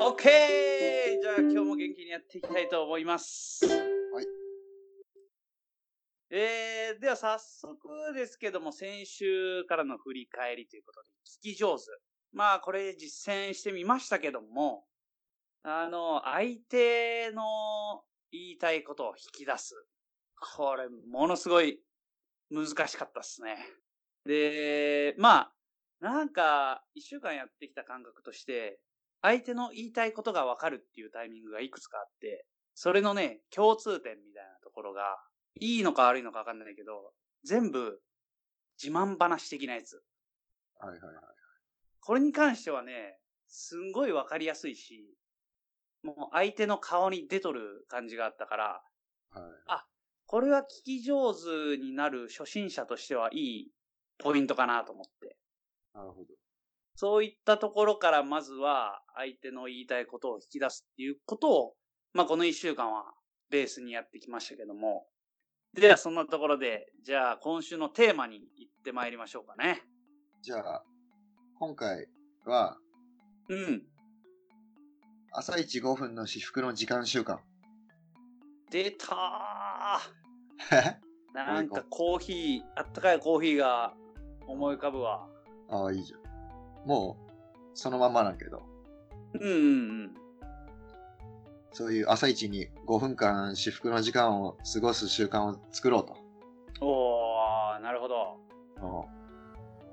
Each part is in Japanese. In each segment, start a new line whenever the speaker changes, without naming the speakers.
オッケーじゃあ今日も元気にやっていきたいと思います。はい。えー、では早速ですけども、先週からの振り返りということで、聞き上手。まあこれ実践してみましたけども、あの、相手の言いたいことを引き出す。これ、ものすごい難しかったですね。で、まあ、なんか、一週間やってきた感覚として、相手の言いたいことがわかるっていうタイミングがいくつかあって、それのね、共通点みたいなところが、いいのか悪いのかわかんないけど、全部、自慢話的なやつ。
はいはいはい。
これに関してはね、すんごいわかりやすいし、もう相手の顔に出とる感じがあったから、
はい。
これは聞き上手になる初心者としてはいいポイントかなと思って。
なるほど。
そういったところからまずは相手の言いたいことを引き出すっていうことを、まあこの一週間はベースにやってきましたけども。ではそんなところで、じゃあ今週のテーマに行ってまいりましょうかね。
じゃあ、今回は、
うん。
朝1 5分の私服の時間習 慣。
出たーなんかコーヒー、あったかいコーヒーが思い浮かぶわ。
ああ、いいじゃん。もう、そのままだけど、
うんうん
そういう朝一に5分間私服の時間を過ごす習慣を作ろうと。
うん。おー、なるほど。
あ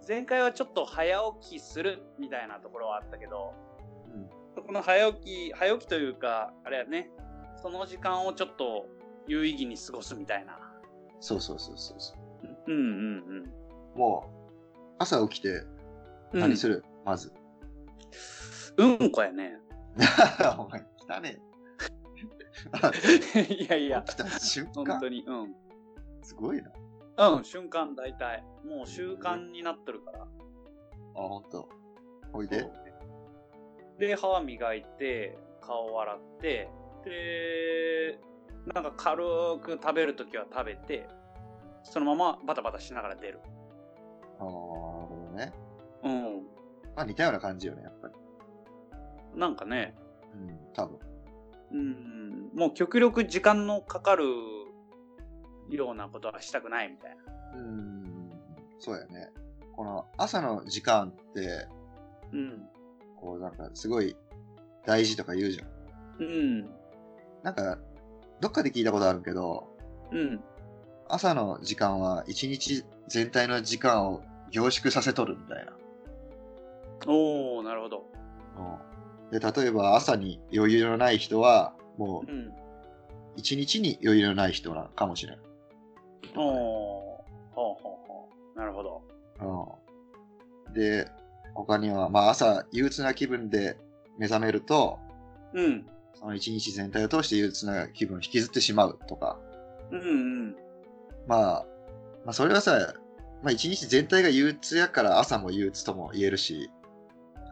前回はちょっと早起きするみたいなところはあったけど、
あうん。
この早起き、早起きというか、あれやね、その時間をちょっと有意義に過ごすみたいな。
そうそうそうそうそ
うんうん
う。もう、朝起きて
うん。
何する、まず。
うん、うんこやね。
お前、汚ねえ。
いやいや、
来た瞬
本
間
当に、うん。
すごいな。
うん、瞬間大体。もう習慣になっとるから。
あ、ほんと。おいで。
で、歯磨いて、顔洗って、で、なんか軽く食べるときは食べて、そのままバタバタしながら出る。
ああ、なるほどね。
うん。
まあ似たような感じよね、やっぱり。
なんかね、
うん、多分。
うん、もう極力時間のかかるようなことはしたくないみたいな。
うん、そうやね。この朝の時間って、
うん。
こうなんかすごい大事とか言うじゃん。
うん。
なんか、どっかで聞いたことあるけど、
うん。
朝の時間は一日全体の時間を凝縮させとるみたいな。
おー、なるほど。
うん、で、例えば朝に余裕のない人は、もう
うん。
一日に余裕のない人なのかもしれん。
おー。ほうほうほう。なるほど。
うん、で、他には、まあ朝憂鬱な気分で目覚めると、
うん。
その一日全体を通して憂鬱な気分を引きずってしまうとか、
うんうん。
まあ、まあそれはさ、まあ一日全体が憂鬱やから朝も憂鬱とも言えるし、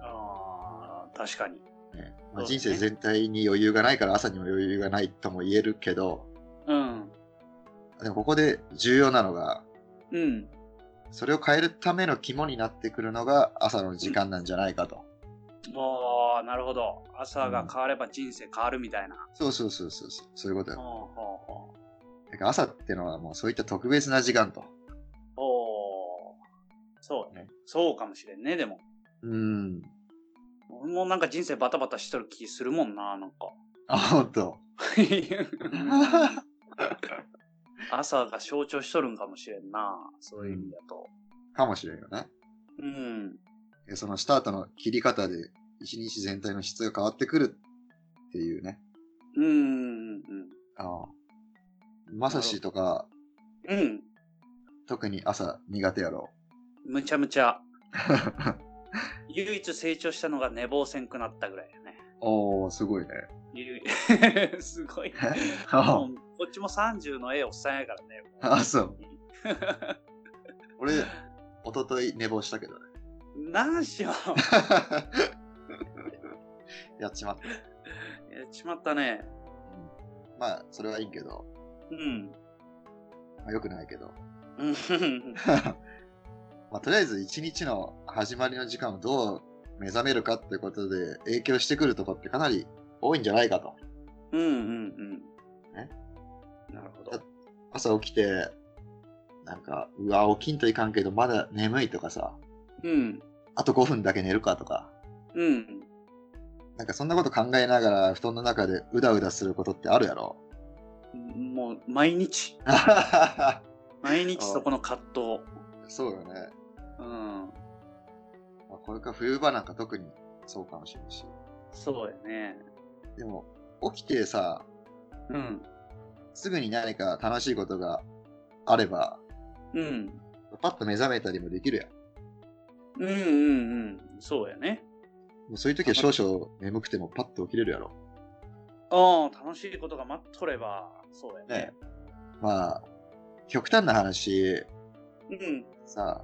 あー、確かに。
ねま
そ
あ、
うで
人
すね
生全体に余裕がないから朝にも余裕がないとも言えるけど、
うん。
でもここで重要なのが、
うん。
それを変えるための肝になってくるのが朝の時間なんじゃないかと。
おー、なるほど。朝が変われば人生変わるみたいな。
そうそうそうそうそう、そういうことよ。
ほうほうほ
だから朝ってのはもうそういった特別な時間と。
う。おー。そうね
ね。
そうかもしれんね、でも。
うん。
俺もなんか人生バタバタしとる気するもんな、なんか。
あ、ほんと。
朝が象徴しとるんかもしれんな、そういう意味だと。
かもしれんよね。
うん。
えそのスタートの切り方で一日全体の質が変わってくるっていうね。
うん。うん。
ああまさしとか、
うんうん。
特に朝苦手やろ。
むちゃむちゃ。唯一成長したのが寝坊せんくなったぐらいやね。
おー、すごいね。
ゆすごい。も
あ
うこっちも30のええおっさんやからね。
あ、そう。俺、一昨日寝坊したけどね。
何しよ
やっちまった。
う。やっちまったね。
うんまあ、それはいいけど、
うん。
まあ、よくないけど。
うん
まあ、とりあえず一日の始まりの時間をどう目覚めるかってことで影響してくるとこってかなり多いんじゃないかと。
うんうんうん。
え
なるほ
だ
ど。
朝起きて、なんか、うわ、起きんといかんけど、まだ眠いとかさ、
うん。
あと5分だけ寝るかとか、
うん。
なんかそんなこと考えながら布団の中でうだうだすることってあるやろ。
もう、毎日。毎日そこの葛藤。
そうよね。
うん。
まあ、これから冬場なんか特にそうかもしれんし。
そうやね。
でも、起きてさ、
うん。
すぐに何か楽しいことがあれば、
うん。
パッと目覚めたりもできるや
う
ん。
んうんうん。そうやね。
もうそういう時は少々眠くてもパッと起きれるやろ。
ああ、楽しいことが待っとれば、そうやね。
ねまあ、極端な話、
うん。
さ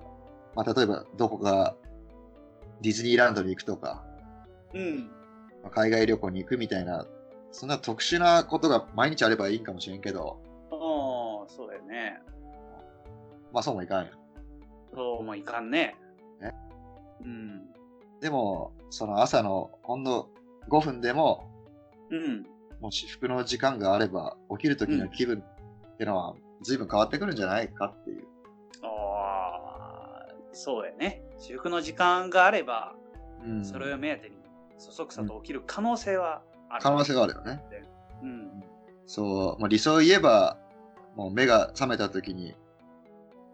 まあ、例えばどこかディズニーランドに行くとか、
うん。
まあ海外旅行に行くみたいな、そんな特殊なことが毎日あればいいんかもしれんけど、
ああ、そうやね。
まあそうもいかんよ。
そうもいかんね。
ね
うん。
でも、その朝のほんの5分でも、
うん。
もう私服の時間があれば、起きる時の気分ってのは随分変わってくるんじゃないかっていう。
ああ、そうやね。私服の時間があれば、
うん
それを目当てに、そそくさと起きる可能性はある。
可能性があるよね。
うん。
そう、まあ、理想を言えば、もう目が覚めた時に、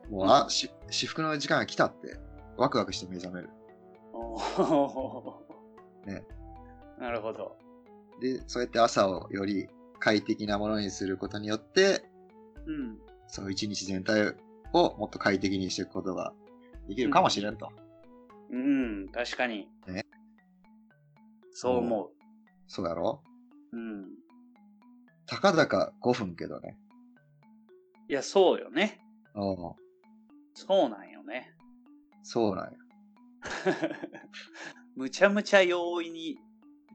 もう、あ、し、私服の時間が来たって、ワクワクして目覚める。
おー
ね。
なるほど。
で、そうやって朝をより快適なものにすることによって、
うん。
その一日全体をもっと快適にしていくことができるかもしれんと。
うん、確かに。
ね
そう思
そうやろ
う。うん。
たかだか5分けどね。
いや、そうよね。
うん。
そうなんよね。
そうなんよ。
むちゃむちゃ容易に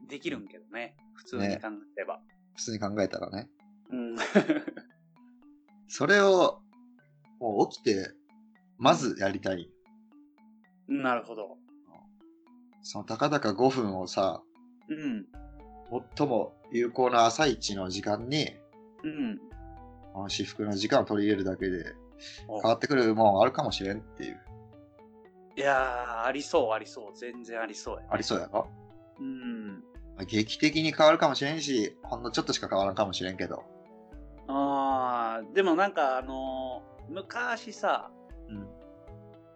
できるんけどね。普通に考えれば。
普通に考えたらね。
うん。
それを、もう起きて、まずやりたい。
なるほど。
そのたかだか5分をさ、
うん。
最も有効な朝一の時間に、
うん。
あの私服の時間を取り入れるだけで、
お
変わってくるもんあるかもしれんっていう。
いやー、ありそう、ありそう。全然ありそうや、
ありそうやろ
うん。
まあ劇的に変わるかもしれんし、ほんのちょっとしか変わらんかもしれんけど。
あー、でもなんかあのー昔さ、
うん。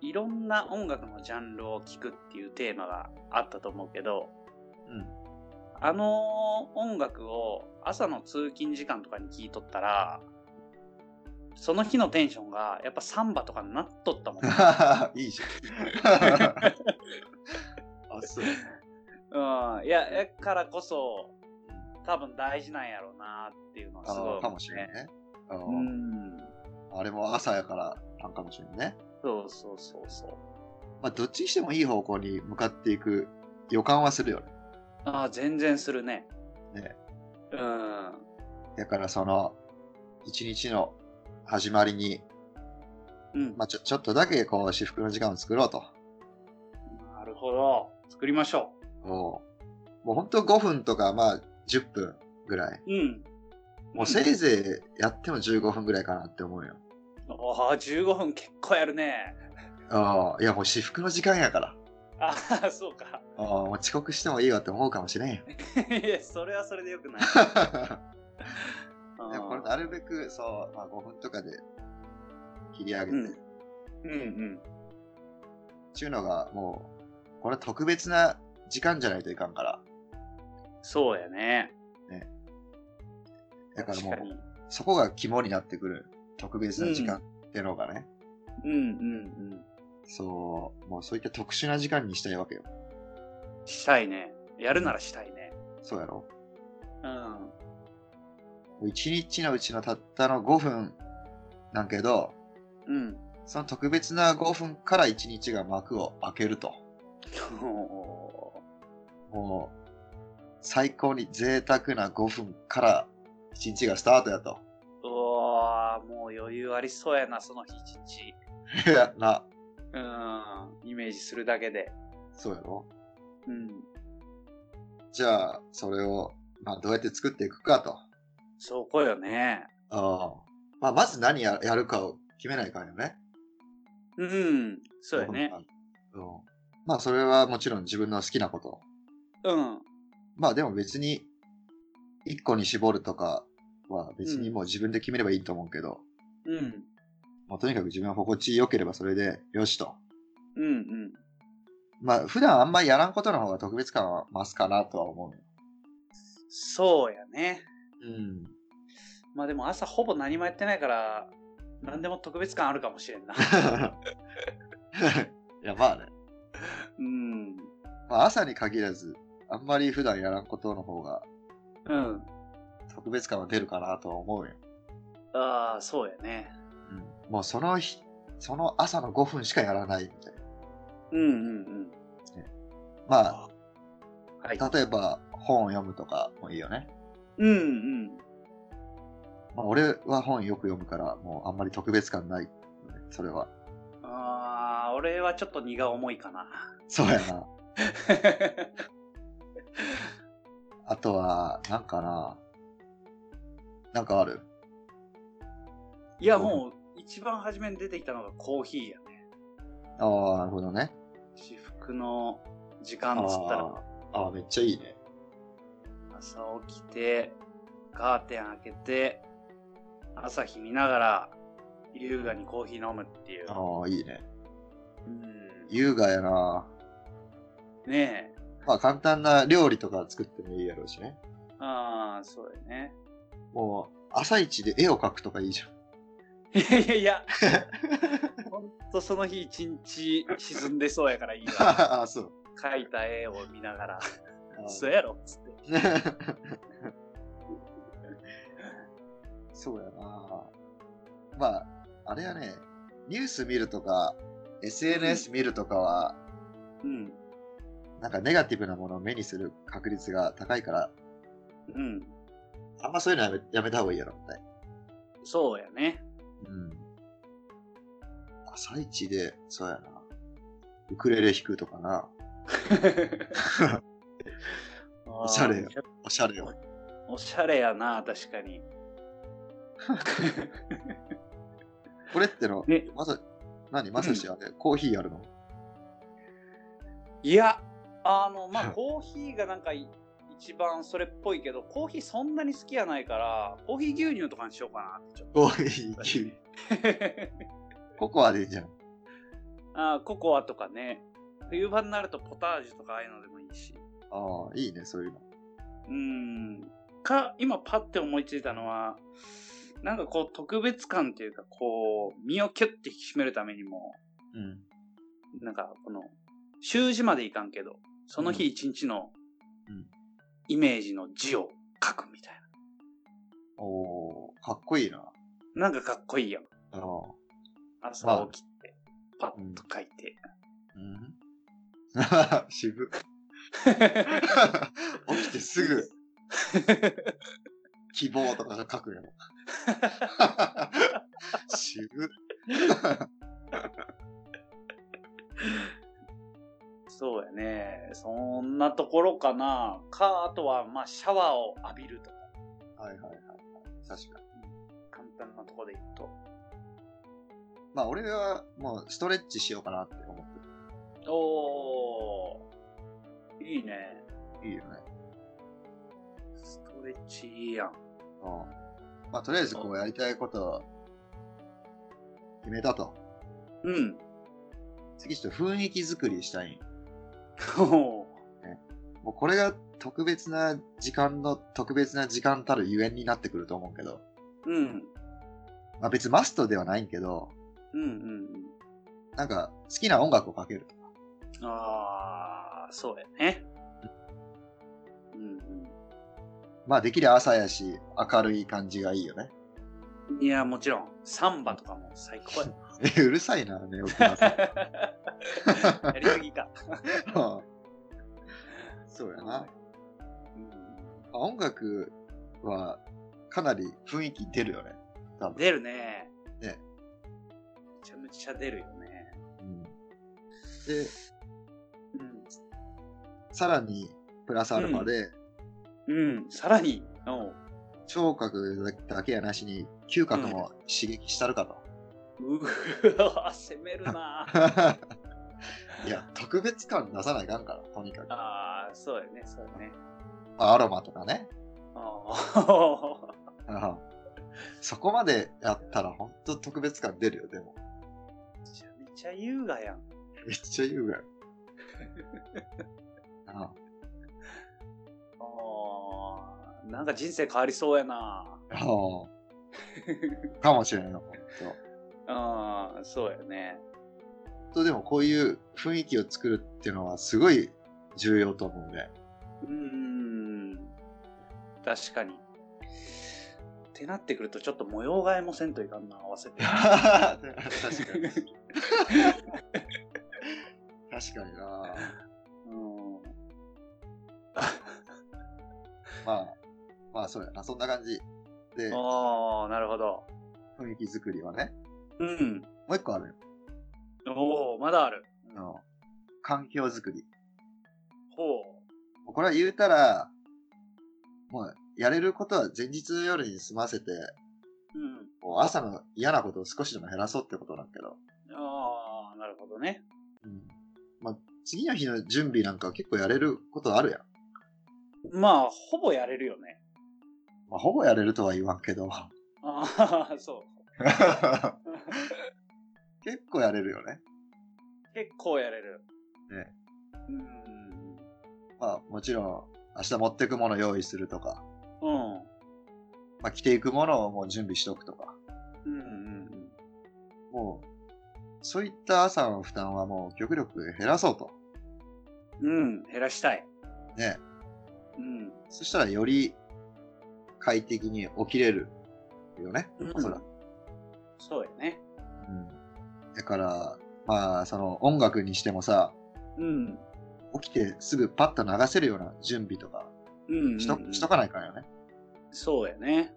いろんな音楽のジャンルを聴くっていうテーマがあったと思うけど、
うん。
あの音楽を朝の通勤時間とかに聴いとったら、その日のテンションがやっぱサンバとかになっとったも ん、ね。
いいじ ゃん。あ、そう。
うん。いや、やからこそ、多分大事なんやろうなっていうのはすごい、
あかもしれん。ね。あー
うん。
あれも朝やからなんかもしれんね。
そうそうそうそう。
まあ、どっちにしてもいい方向に向かっていく予感はするよね。
ああ、全然するね。
ね
うん。
だからその、一日の始まりに、
うん。
まあ、ちょちょっとだけこう、私服の時間を作ろうと。
なるほど。作りましょ
もう、もうほんと5分とか、まあ、10分ぐらい。
う。うん。
もうせいぜいやっても15分ぐらいかなって思うよ。
ああ、15分結構やるね。
ああ、いやもう私服の時間やから。
ああ、そうか。
ああ、もう遅刻してもいいわって思うかもしれんよ。
いや、それはそれでよくない。
でもこれなるべく、そう、まあ5分とかで切り上げて、
うん
っ
うんうん。
ちゅうのがもう、これは特別な時間じゃないといかんから。
そうやね。
だから
確
も
か
う、
に。
そこが肝になってくる特別な時間ってのがね、
うんうん
そう、もうそういった特殊な時間にしたいわけよ。
うん。したいね。やるならしたいね。
そうやろ
うん。
もう一日のうちのたったの5分なんけど、
うん。
その特別な5分から一日が幕を開けると。
お
もう、最高に贅沢な5分から一日がスタートやと。
ーおーもう余裕ありそうやな、その日一日。
いや、な、
うん。イメージするだけで。
そうやろ
うん。
じゃあ、それを、まあ、どうやって作っていくかと。
そこよね。
あまあ、まず何ややるかを決めないからよね。
うん。そうやね。
うん。まあ、それはもちろん自分の好きなこと。
うん。
まあ、でも別に、一個に絞るとかは別にもう自分で決めればいいと思うけど、
うん。
もうとにかく自分は心地よければそれでよしと。
うんうん。
まあ、普段あんまりやらんことの方が特別感は増すかなとは思う。
そうやね。
うん。
まあでも朝ほぼ何もやってないから、何でも特別感あるかもしれんな。
いや、まあね。
うん。
まあ、朝に限らず、あんまり普段やらんことの方が
うん。
特別感は出るかなとは思うよ。
ああ、そうやね。
うん。もうその日、その朝の5分しかやらないみたいな。
うんうん
ま
うん。はい。
あ、例えば本を読むとかもいいよね。
うんうん。
まあ、俺は本よく読むから、もうあんまり特別感ないよね、それは。
ああ、俺はちょっと荷が重いかな。
そうや な。あとは、なんかな。なんかある
いや、もう、一番初めに出てきたのがコーヒーやね。
ああ、なるほどね。
私服の時間っつったら、
あーあー、めっちゃいいね。
朝起きて、カーテン開けて、朝日見ながら、優雅にコーヒー飲むっていう。
ああ、いいね。
うん
優雅やな。
ねえ。
まあ簡単な料理とか作ってもいいやろうしね。
ああ、そうだよね。
もう、朝一で絵を描くとかいい じゃん。
いやいやい や、ほんとその日一日沈んでそうやからいい わ。
ああ、そう。
描いた絵を見ながら、
あー
そうやろっつって。
そうやな。まあ、あれはね、ニュース見るとか、SNS 見るとかは、
うん。
なんかネガティブなものを目にする確率が高いから、
うん。
あんまそういうのやめやめた方がいいやろ、みたいな。
そうやね。
うん。朝一で、そうやな。ウクレレ弾くとかな。
お
しゃれよ おしゃれよ。
おしゃれやな、確かに。
これっての、
ね
まさ、何まさしあれ、コーヒーあるの
いや、あの、まあ、
はい
コーヒーがなんかい一番それっぽいけど、コーヒーそんなに好きやないから、コーヒー牛乳とかにしようかなってちょっ
コーヒー牛 乳。
と。
ココアでいいじゃん。
あーココアとかね。冬場になるとポタージュとかああいうのでもいいし。
ああ、いいね、そういうの。
うーん。か、今パッて思いついたのは、なんかこう特別感っていうか、こう、身をキュッて引き締めるためにも、
うん。
なんかこの、習字までいかんけど、その日一日の
うん、
イメージの字を書くみたい
おー、かっこいいな。
な。なんかかっこいいやん。
ああ。
朝起きて、パッと書いて。
うん。 渋。起きてすぐ、希望とかが書くよ。渋。
そうやね。そんなところかな。か、あとは、まあ、シャワーを浴びるとか、
はいはいはい。確かに。
簡単なところで言うと。
まあ俺はもうストレッチしようかなって思って
おー、いいね。
る。いいよね。
ストレッチいいやん。
うん。まあとりあえずこうやりたいことを決めたと。
うん。
次ちょっと雰囲気作りしたい。
おー
もうこれが特別な時間の特別な時間たるゆえんになってくると思うけど。
うん。
まあ別にマストではないけど、
うんうんうん。
なんか好きな音楽をかける。
あー、そうやね。うん
まあできれば朝やし、明るい感じがいいよね。
うん。いや、もちろん、サンバとかも最高や。
え、うるさいな、ね、起きなさ い
やりすぎか。
うんそうやな。
うん
あ音楽はかなり雰囲気出るよね。多分。
出るね。
ね
めちゃめちゃ出るよね。
うんで、
うん。
さらに、プラスアルファで、
うん。さらに、おう
聴覚だけやなしに、嗅覚も刺激したるかと。
うわ、攻めるな
いや、特別感出さないかんから、とにかく。
ああ、そうやね、そうやね。
まあアロマとかね。
あ
うんそこまでやったら、ほんと特別感出るよ、でも。
あ、めちゃ めちゃ優雅やん。
めっちゃ優雅よ。あ
ああ、なんか人生変わりそうやな。
あうんかもしれないな、ほんと。
ああ、そうやね。
ほんとでもこういう雰囲気を作るっていうのはすごい重要と思うね。
うーん、確かに。ってなってくると、ちょっと模様替えもせんといかんな、合わせて。
確かに。確かにな。
うん、
まあ、まあそうやな。そんな感じで
ああ、なるほど。
雰囲気作りはね。
うん。
もう一個あるよ。
おお、まだある。
あの環境作り。
ほ
これは言うたら、もうやれることは前日の夜に済ませて、
う。うん。
こう朝の嫌なことを少しでも減らそうってことなんだけど。
ああ、なるほどね。
うん。まあ次の日の準備なんかは結構やれることあるやん。
まあ、ほぼやれるよね。
まあ、ほぼやれるとは言わんけど、
ああ、そ
結構やれるよね。
う。結構やれる。
ね。
うん。
まあ、もちろん、明日持ってくもの用意するとか、
うん。
まあ、着ていくものをもう準備しとくとか、
うんうんうん。
もう、そういった朝の負担はもう極力減らそうと。
うん、減らしたい。
ね。
うん。
そしたらより快適に起きれるよね
うん。
おそらく。
そうやね。
うん。だから、まあ、その音楽にしてもさ、
うん。
起きてすぐパッと流せるような準備とか
うん、うん。
しと,、しとかないからよね。
そうやね。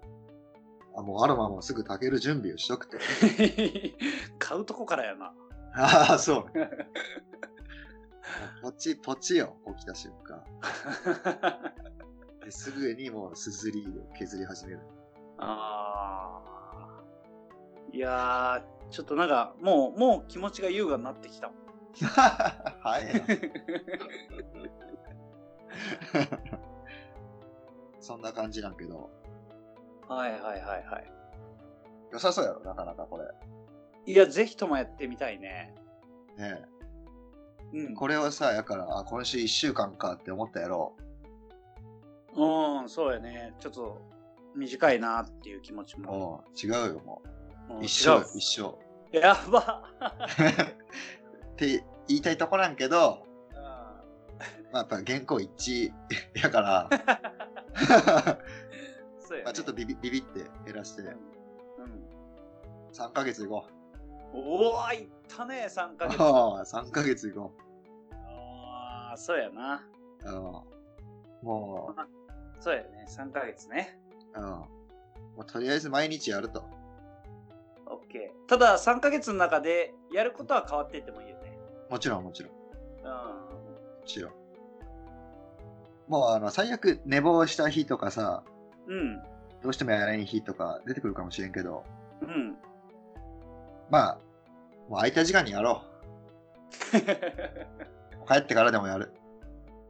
あもうアロマもすぐ炊ける準備をしとくと。
買うとこからやな。
ああ、そう。ポチポチよ、起きた瞬間。ですぐにもうすずりを削り始める。
あー。いやー、ちょっとなんか、もう、もう気持ちが優雅になってきたもん。
はい。 そんな感じなんけど、
はいはいはいはい。
良さそうやろ、なかなかこれ。
いや、ぜひともやってみたいね。
ね
う
え
ん。
これをさ、やから、あ、今週1週間かって思ったやろ。
うん、そうやね。ちょっと、短いなっていう気持ちも。
もう違うよ、も
うん
う。一
違
生
う
よ、一生。
やば
って言いたいとこなんけど、
うん
まあ、やっぱ原稿一致 やから、
そうやね
まあちょっとビビビビって減らして、
うん。
3ヶ月いこう。
おお、いったね、3ヶ月。
ああ、3ヶ月いこ
ああ、そうやな。
う。うんも
そうやね、3ヶ月ね。
う、うんもうとりあえず毎日やると。
オッケー。ただ、3ヶ月の中で、やることは変わっていってもいいよね。
もちろん、もちろん。も
う
ちろん。もう、あの、最悪寝坊した日とかさ、
ん。うん。
どうしてもやれん日とか出てくるかもしれんけど、
うん。
まあ、もう空いた時間にやろう。帰ってからでもやる。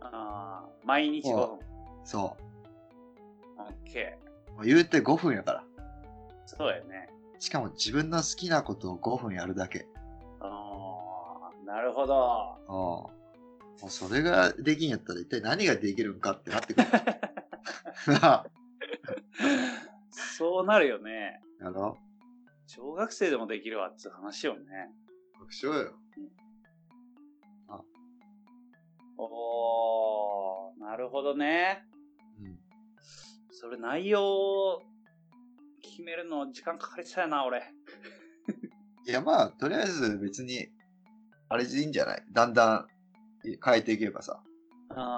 ああ、毎日5分。オ
そ
ッケー。
う。もう言うて5分やから。
そうやね。
しかも自分の好きなことを5分やるだけ。
ああ、なるほど。
うん。もうそれができんやったら一体何ができるんかってなって くる。なあ
そうなるよね。
やろう
小学生でもできるわっつう話よね。
楽勝よ。
おー、なるほどね。
うん。
それ内容を決めるの時間かかりそうやな、俺。
いや、まあ、とりあえず別に、あれでいいんじゃないだんだんい変えていけばさ。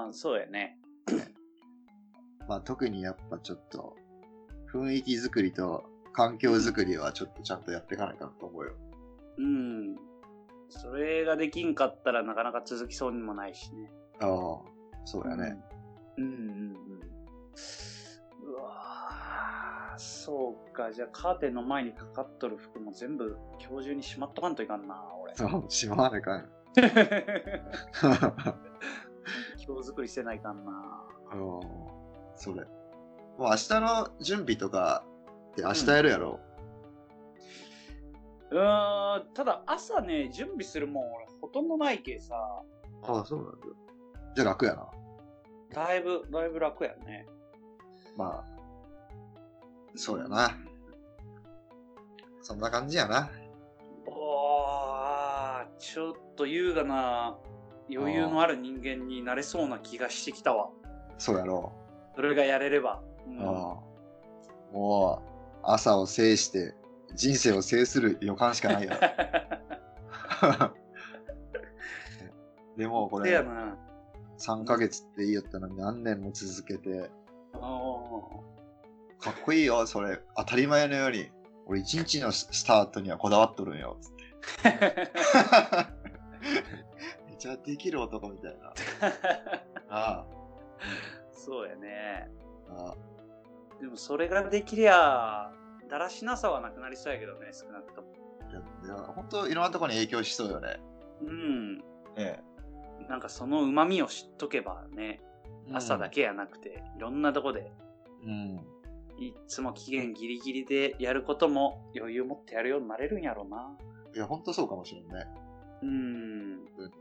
うん、そうやね。
まあ、特にやっぱちょっと、雰囲気作りと環境作りはちょっとちゃんとやっていかないかなと思うよ。
うん。それができんかったらなかなか続きそうにもないしね。
ああ。そうやね。
うんうんうん。うわーそうか。じゃあ、カーテンの前にかかっとる服も全部今日中にしまっとかんといかんな、 俺。
そう、しまわない かん。
今日作りしてないかんな。
うんそれ。もう明日の準備とかって明日やるやろ。
うーん、ただ朝ね、準備するもん俺ほとんどないけさ、
ああ、そうなんだ。じゃあ楽やな。
だいぶ、だいぶ楽やね。
まあ、そうやな。そんな感じやな。
おー、ちょっと優雅な余裕のある人間になれそうな気がしてきたわ。
そうやろ
それがやれれば。う
う。
ん
うん。もう、朝を制して、人生を制する予感しかないやろ。 でも こ
せや
れ、
な。
3ヶ月っていいやったのに何年も続けて、
あー
かっこいいよ、それ。当たり前のように。俺、一日のススタートにはこだわっとるんよ。 つってめっちゃできる男みたいな。あ
そうやね。
あ、ああ、
でもそれができりゃ、だらしなさはなくなりそうやけどね、少なくとも。
いや、いや本当いろんなところに影響しそうよね。
うん。
え
なんかその旨味を知っとけばね、
え
朝だ。けやなくて、いろんなとこで、
うん。
いっつも期限ギリギリでやることも余裕持ってやるようになれるんやろうな。
いや、本当そうかもしれんね。
うん。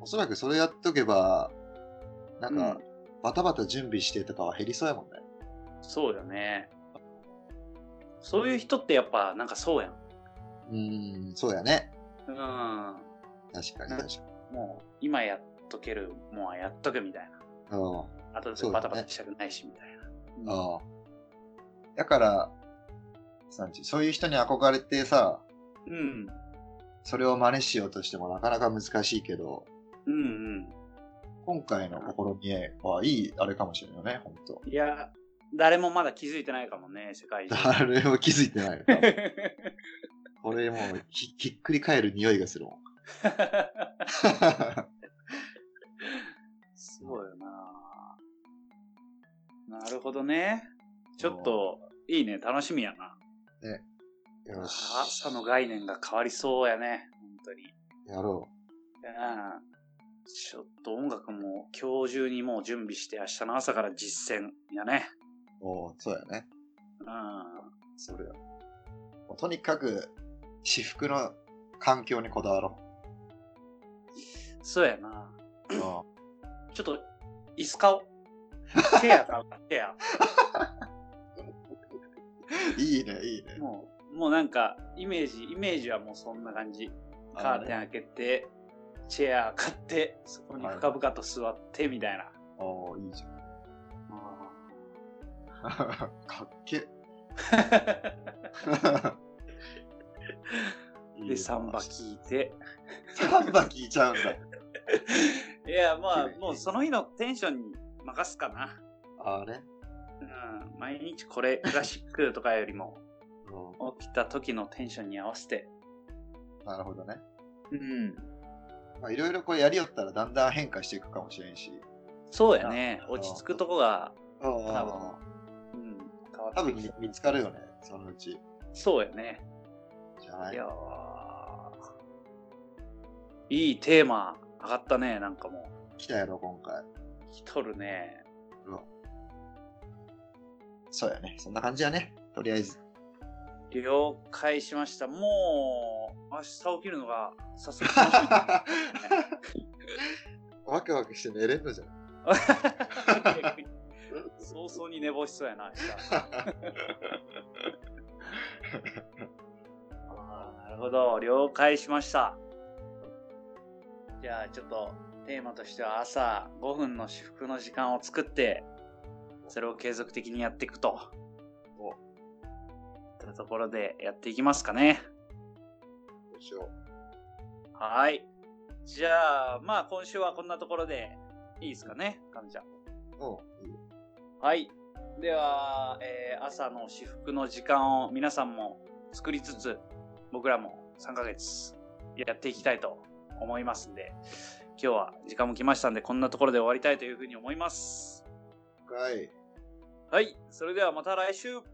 おそらくそれやっとけば、なんか、
うん
バタバタ準備してとかは減りそうやもんね。
そうよね。そういう人ってやっぱなんかそうやん。
うん、そうやね。
うん。
確かに確かに。
もう今やっとけるもんはやっとくみたいな。
うん。あ
あとで
そう
バ
だね
タバタしたくないしみたいな。
あ。だから、さんちそういう人に憧れてさ、
うん。
それを真似しようとしてもなかなか難しいけど、
うんうん
今回の試みはいいあれかもしれないよね、本当。
うん。いや、誰もまだ気づいてないかもね、世 界中。
誰も気づいてないよ多分。これもうひひっくり返る匂いがするもん。
そうよな。なるほどね。 ちょっと、いいね、楽しみやな。
よし。
朝の概念が変わりそうやね、本当に。
やろ
うんちょっと音楽も今日中にもう準備して明日の朝から実践やね。
う。おうそうやね。
うん。
それや。もうとにかく、私服の環境にこだわろ
そうやな。
う。うん
ちょっと、椅子買おう。チェア 買うか、チェア。
いいね、いいね。
もう、もうなんか、イメージ、イメージはもうそんな感じ。カーテン
あ
開けて、チェア買って、そこに深々と座ってみたいな。
のね。おーいいじゃん。 かっけ。
うん で、サンバ
いい
聞いて。
な。サンバ聞いちゃうんだ。
いや、ま
いい
あ、
ね
もうその日のテンションに任すかな。
ああね。
うん毎日これクラシックとかよりも
う
起きた時のテンションに合わせて、
んなるほどね。
うん、
まあ、いろいろこうやりよったらだんだん変化していくかもしれんし。
そうやね
あ
落ち着くとこが、
多分
うん、変わ
多
って
分
き
見
て
見つかるよね、そのうち。
そうやね
じゃないい
やーいいテーマ上がったねなんかも
来たやろ、今回。
う来とるね
そうやね。そんな感じやね。とりあえず。
了解しましたもう明日起きるのが早速
ワクワクして寝れんのじゃん。
早々に寝坊しそうやな明日あーなるほど了解しましたじゃあちょっとテーマとしては朝5分の私服の時間を作ってそれを継続的にやっていくと
お
いったところでやっていきますかね
どうしよ
はいじゃあまあ今週はこんなところでいいですかねかみちゃん
う。うん。いいよ
はい。では、えー朝の私服の時間を皆さんも作りつつ、僕らも3ヶ月やっていきたいと思いますんで、今日は時間も来ましたんで、こんなところで終わりたいというふうに思います。
はい。
はい。それではまた来週。